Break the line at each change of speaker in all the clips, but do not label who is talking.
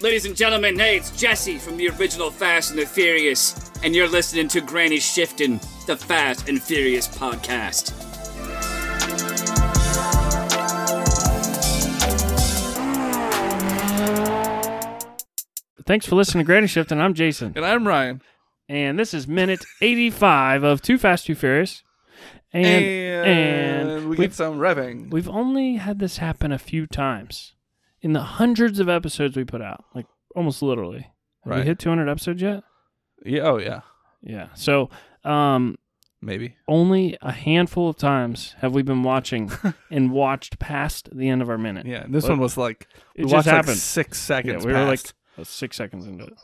Ladies and gentlemen, hey, it's Jesse from the original Fast and the Furious, and you're listening to Granny Shifting, the Fast and Furious podcast.
Thanks for listening to Granny Shift, and I'm Jason.
And I'm Ryan.
And this is minute 85 of Too Fast, Too Furious. And, and,
we
we've,
get some revving.
we've only had this happen a few times in the hundreds of episodes we put out, like almost literally. Have we
Right.
hit 200 episodes yet?
yeah, oh yeah,
Yeah. So, um,
maybe.
only a handful of times have we been watching and watched past the end of our minute.
Yeah, this
But
one was like we
It just
watched like
happened.
six
yeah,
seconds.
we were like
past.
uh, six seconds into it.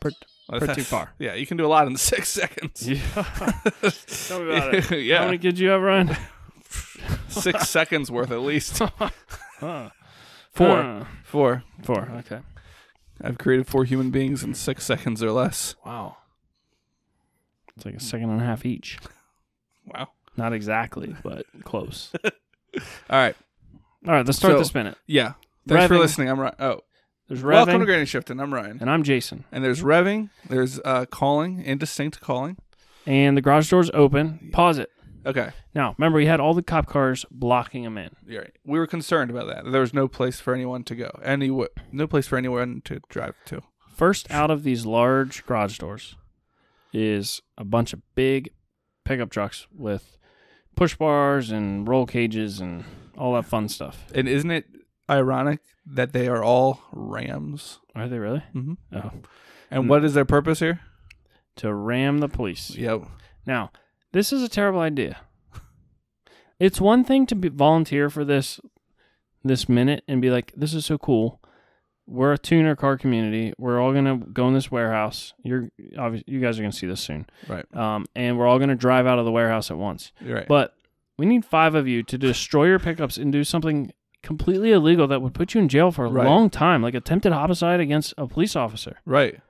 Per-
Well,
pretty
that's-
far.
Yeah, you can do a lot in six seconds.
Tell me about it. How
yeah,
many kids you have, Ryan?
six seconds worth at least.
Huh.
Four.
Huh.
Four.
Four. Okay.
I've created four human beings in six seconds or less.
Wow. It's like a second and a half each.
Wow.
Not exactly, but close.
All right.
All right, let's start
So-
this minute.
Yeah. Thanks for
Revving.
listening. I'm Ryan. Oh,
There's
welcome to
revving,
Granny Shifting. I'm Ryan.
and I'm Jason.
And there's revving. There's uh, calling, indistinct calling.
And the garage door's open. Pause it.
Okay.
Now, remember, we had all the cop cars blocking him in.
You're right. We were concerned about that. There was no place for anyone to go. Any no place for anyone to drive to.
First out of these large garage doors is a bunch of big pickup trucks with push bars and roll cages and all that fun stuff.
And isn't it ironic that they are all Rams?
Are they really?
Mhm.
Oh,
And what is their purpose here?
to ram the police.
Yep.
Now, this is a terrible idea. It's one thing to be volunteer for this this minute and be like, "This is so cool. We're a tuner car community. We're all gonna go in this warehouse. You're obviously you guys are gonna see this soon,
Right.
um, and we're all gonna drive out of the warehouse at once.
You're right.
But we need five of you to destroy your pickups and do something completely illegal that would put you in jail for a
Right.
long time, like attempted homicide against a police officer.
right.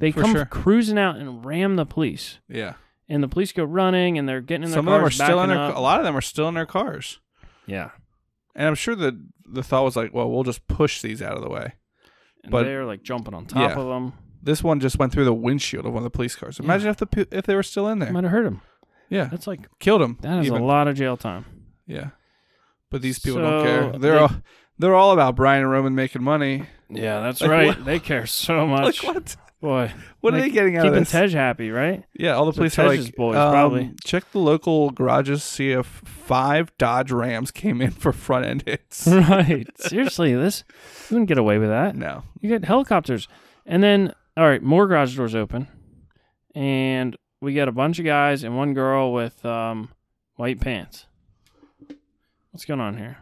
They
For
come
sure.
cruising out and ram the police."
Yeah.
and the police go running and they're getting in their
Some of
cars
them are still in
backing
their.
up.
A lot of them are still in their cars.
yeah
And I'm sure the the thought was like, well, we'll just push these out of the way.
and
But-
they're like jumping on top
Yeah.
of them
This one just went through the windshield of one of the police cars. Imagine if the pe- if they were still in there.
might have hurt him
yeah.
that's like
Killed him.
that is
even.
a lot of jail time
Yeah. But these people
So,
don't care. They're
they-
all they're all about Brian and Roman making money.
yeah that's
Like,
right
what-
they care so
Like
much
what?
boy
What are
Like,
they getting out of
keeping
this?
tej happy right
yeah, all the
So
police are
Tej's
like,
boys,
um,
probably.
check the local garages, see if five Dodge Rams came in for front end hits.
right seriously this you wouldn't get away with that
no.
you get helicopters and then all right more garage doors open and we got a bunch of guys and one girl with um, white pants what's going on here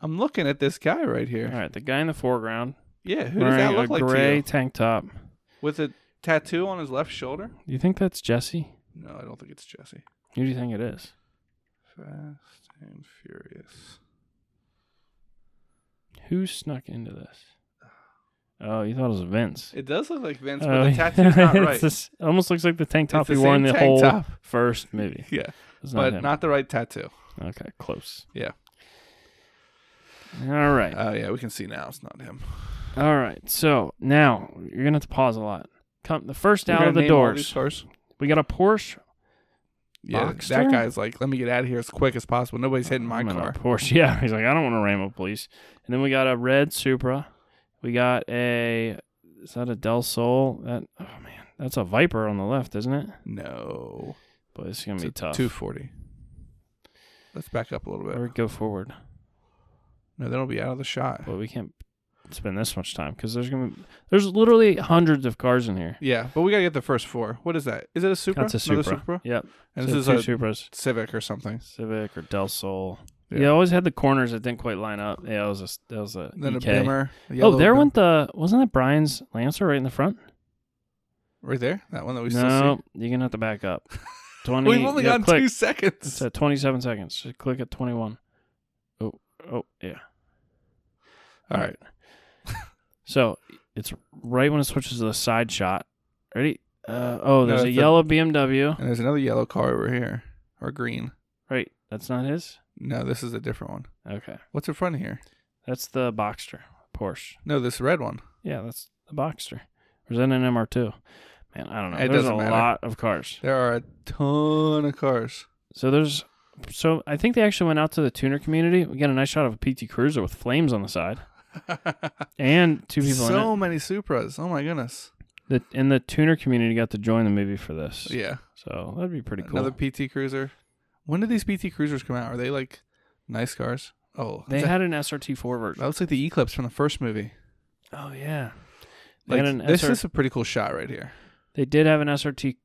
I'm looking at this guy right
all
here.
right the guy in the foreground
Yeah, who does
wearing
that look
a
like
gray
to you?
tank top.
With a tattoo on his left shoulder?
Do you think that's Jesse?
No, I don't think it's Jesse.
Who do you think it is?
Fast and Furious.
Who snuck into this? Oh, you thought it was Vince.
It does look like Vince,
Oh,
but the tattoo's not
it's
right.
this- it almost looks like the tank top
It's the
he wore in
same
the
tank
whole
top.
first movie.
Yeah,
It's not
but
him.
not the right tattoo.
okay, close.
Yeah.
All right.
Oh yeah, we can see now it's not him.
All right. So now you're gonna have to pause a lot. Come the first
We're
out
gonna
of the
name all these
doors.
cars?
We got a Porsche.
Yeah,
Boxster? Oh,
that guy's like, let me get out of here as quick as possible. Nobody's hitting my
I'm in a
car.
Porsche. Yeah. He's like, I don't want to ram a police. And then we got a red Supra. We got a is that a Del Sol? That oh man, that's a Viper on the left, isn't it?
No,
But it's gonna
it's
be tough.
two forty. Let's back up a little bit.
Or go forward,
No, that'll be out of the shot.
but we can't spend this much time because there's gonna be, there's literally hundreds of cars in here.
Yeah, but we gotta get the first four. What is that? Is it a Supra?
That's a
Another
Supra.
Supra?
Yep.
And
So
this is
two
a
Supras,
Civic or something.
Civic or Del Sol. Yeah.
Yeah.
You always had the corners that didn't quite line up. Yeah, that was a that was a.
Then
EK.
a Bimmer. a
Oh,
yellow
there
Bim-
went the wasn't that Brian's Lancer right in the front?
right there. That one that we still
no, you're gonna have to back up. Twenty.
see. We've only
yeah,
got
click.
two
It's
seconds.
at 27 seconds. Just click at 21. Oh, oh, yeah.
All right.
So it's right when it switches to the side shot. Ready? Uh, oh,
No,
there's a
it's the-
yellow BMW.
And there's another yellow car over here, or green.
Right. That's not his?
No, this is a different one.
Okay.
What's in front of here?
That's the Boxster Porsche.
No, this red one.
Yeah, that's the Boxster? Or is that an MR2? Man, I don't know.
It
there's a
doesn't matter.
lot of cars.
There are a ton of cars.
So there's. So I think they actually went out to the tuner community. We got a nice shot of a PT Cruiser with flames on the side, and two people in
so
it.
many Supras. Oh my goodness.
The, and the tuner community got to join the movie for this.
Yeah.
So that'd be pretty cool.
Another PT Cruiser. When did these PT Cruisers come out? Are they like nice cars? Oh,
they
that,
had an SRT4 version.
that looks like the Eclipse from the first movie.
Oh yeah, they
Like,
had an
this
SR
is a pretty cool shot right here.
They did have an SRT4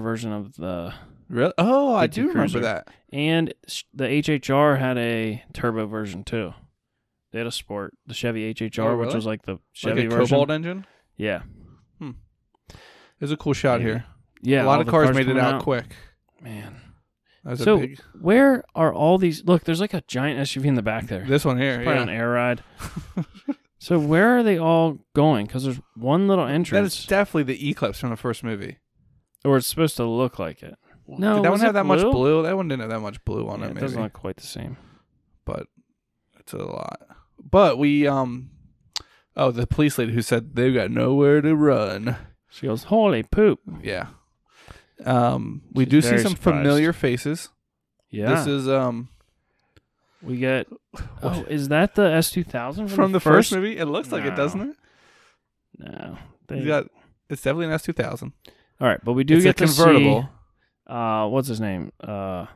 version of the,
Really? Oh, I
PT
do
Cruiser.
remember that.
and sh- the HHR had a turbo version too. They had a sport, the Chevy HHR,
Oh,
which
really?
was like the Chevy
like a
version.
Cobalt engine.
Yeah,
There's a cool shot
Yeah.
here.
yeah.
a lot
all
of
the
cars, made it
coming
out, quick.
Man,
That was
So-
a big.
where are all these? Look, there's like a giant SUV in the back there.
This one here,
Probably
yeah.
on air ride. so where are they all going? Because there's one little
That is
entrance,
definitely the Eclipse from the first movie.
or it's supposed to look like it. No,
Did that
was
one have
it
that much
blue?
blue? That one didn't have that much blue on
Yeah,
it.
it
Maybe.
doesn't look quite the same.
but it's a lot. But we um oh the police lady who said they've got nowhere to run.
She goes, "Holy poop!"
Yeah. Um we
She's
do see
very
some
surprised.
familiar faces.
Yeah,
This is um
we get. Oh, is that the S two thousand
from the first, movie. It looks like
No.
it, doesn't it?
No, they,
He's got it's definitely an S two thousand.
all right, but we do
it's
get
a convertible.
To see, uh, what's his name? Uh,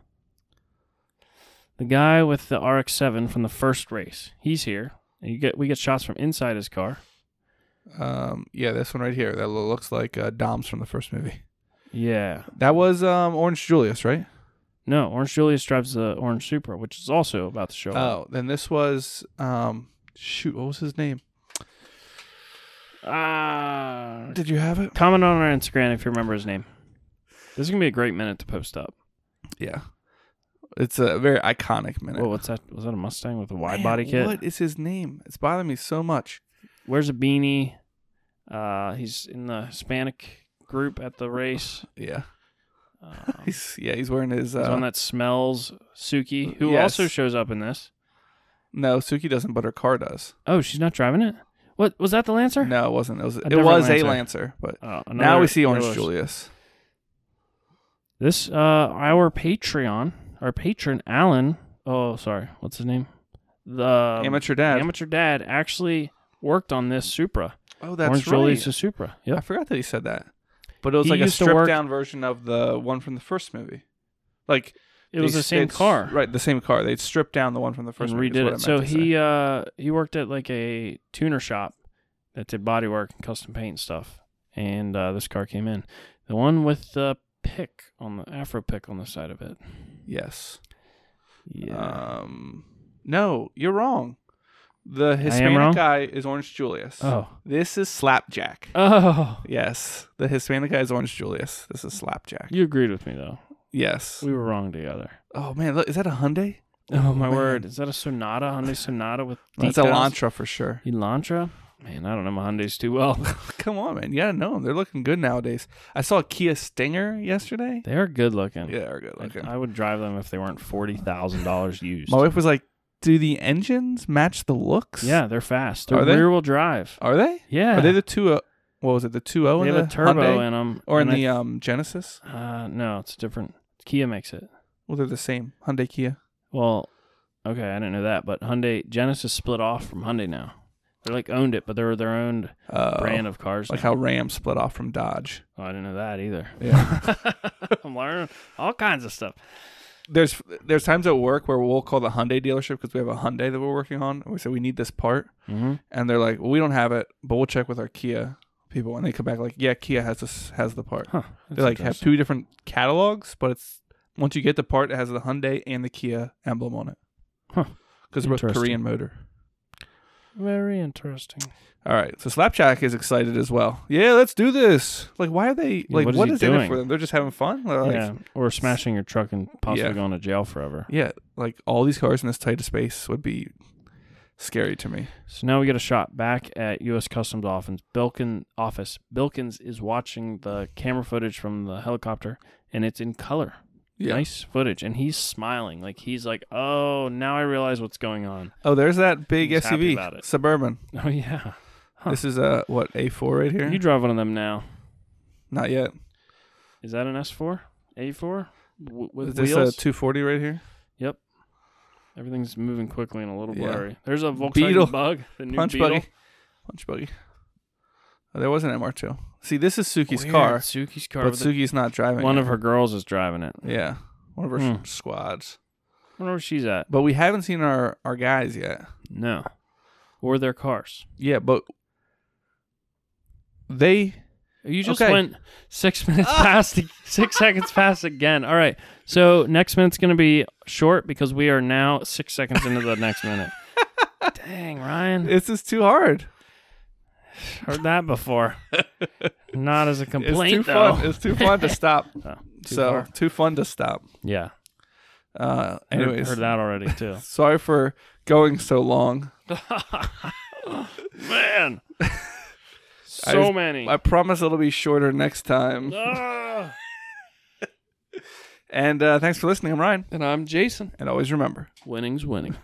the guy with the RX seven from the first race. He's here. And you get we get shots from inside his car.
Um yeah, this one right here. That lo- looks like uh, Dom's from the first movie.
Yeah.
That was um Orange Julius, right?
No, Orange Julius drives the orange Supra, which is also about to show up.
Oh, then this was um shoot, what was his name? Oh.
Ah.
Did you have it?
comment on our Instagram if you remember his name. This is gonna be a great minute to post up.
Yeah. It's a very iconic minute.
Whoa, what's that? Was that a Mustang with a wide
Man,
body kit?
What is his name? It's bothering me so much.
wears a beanie. Uh, he's in the Hispanic group at the race.
Yeah,
Um, he's
he's yeah he's wearing his. Uh,
one that smells Suki, who
Yes.
also shows up in this.
no, Suki doesn't, but her car does.
Oh, she's not driving it. What was that? The Lancer?
No, it wasn't. It was it
different
was
Lancer.
a Lancer, but
Oh,
now
another-
we see Orange
another-
Julius.
This uh, our Patreon, our patron Alan. Oh, sorry, what's his name? The
Amateur dad.
amateur dad actually worked on this Supra.
oh, that's
Orange
right.
Julius' Supra.
I
Yep.
forgot that he said that. But it was
He
like a
used to work-
stripped down version of the one from the first movie. Like
It was
they-
the same
they'd s-
car.
right? The same car. They would stripped down the one from the first
and
movie. is
redid
what I
it. So
meant to say.
he uh he worked at like a tuner shop that did body work and custom paint and stuff. And uh, this car came in, the one with the pick on the Afro pick on the side of it.
yes.
uh, Yeah,
Um, no, you're wrong. The Hispanic
wrong?
guy is Orange Julius.
Oh.
This is Slapjack.
Oh,
Yes. The Hispanic guy is Orange Julius. This is Slapjack.
you agreed with me though.
Yes.
We were wrong together.
Oh man, look, is that a Hyundai?
Oh my
man.
word! Is that a Sonata Hyundai Sonata with
That's
decals?
a Elantra for sure.
Elantra? Man, I don't know my Hyundai's too well.
Come on, man. You gotta know them. They're looking good nowadays. I saw a Kia Stinger yesterday.
they are good looking.
Yeah, they're good
I-
looking.
I would drive them if they weren't forty thousand dollars used.
My wife was like, "Do the engines match the looks?
yeah, they're fast. They're
Are they?
rear wheel drive.
Are they?
Yeah,
Are they the two? Uh, what was it? The two O
They
in
have
the
a turbo
Hyundai?
in them,
or in the um Genesis?
uh, no, it's different. Kia makes it.
Well, they're the same. Hyundai Kia.
Well, okay, I didn't know that, but Hyundai Genesis split off from Hyundai now. They're like owned it, but they were their own
Uh,
brand of cars.
like
now.
how Ram split off from Dodge.
Oh, I didn't know that either.
Yeah.
I'm learning all kinds of stuff.
there's there's times at work where we'll call the Hyundai dealership because we have a Hyundai that we're working on. And we say we need this part,
Mm-hmm.
and they're like, "Well, we don't have it, but we'll check with our Kia people." And they come back like, "Yeah, Kia has this has the part."
Huh?
they like have two different catalogs, but it's once you get the part, it has the Hyundai and the Kia emblem on it.
Huh.
Because we're both
Interesting.
Korean motor.
very interesting.
All right, so Slapjack is excited as well. Yeah, let's do this. Like, why are they like?
what is
what
he
is, in
doing?
it for them? They're just having fun. Like,
yeah, or smashing your truck and possibly
Yeah.
going to jail forever.
yeah, like all these cars in this tight of space would be scary to me.
So now we get a shot back at U.S. Customs Office. Bilkin office. Bilkins is watching the camera footage from the helicopter, and it's in color.
Yeah.
Nice footage, and he's smiling like he's like, "Oh, now I realize what's going on."
Oh, there's that big
He's happy
SUV
about it.
suburban.
Oh yeah, Huh.
This is a what A four right here.
You drive one of them now.
Not yet.
Is that an S4? A4? W- with
Is this
wheels?
a two forty right here?
Everything's moving quickly and a little
Yeah.
blurry. There's a Volkswagen
Beetle.
Bug, the new
Punch
Beetle.
buggy. Punch buggy. Oh, there was an MR2. See, this is Suki's
Weird,
car,
Suki's car.
but
with the-
Suki's not driving.
one
it.
of her girls is driving it.
yeah, one of her
Hmm.
s- squads.
I wonder where she's at.
But we haven't seen our our guys yet.
No. Or their cars.
Yeah, but they
You just
Okay.
went six minutes
Ah.
past, six seconds past again. All right. So next minute's going to be short because we are now six seconds into the next minute. Dang, Ryan.
this is too hard.
Heard that before. Not as a complaint,
it's too
though.
fun. It's too fun to stop.
Oh, too
so
far.
too fun to stop.
yeah.
Uh,
Heard-
anyways,
Heard, that already, too.
sorry for going so long.
Man. So
just-
many.
I promise it'll be shorter next time.
Ah.
And uh, thanks for listening. I'm Ryan,
And I'm Jason.
and always remember.
Winning's winning.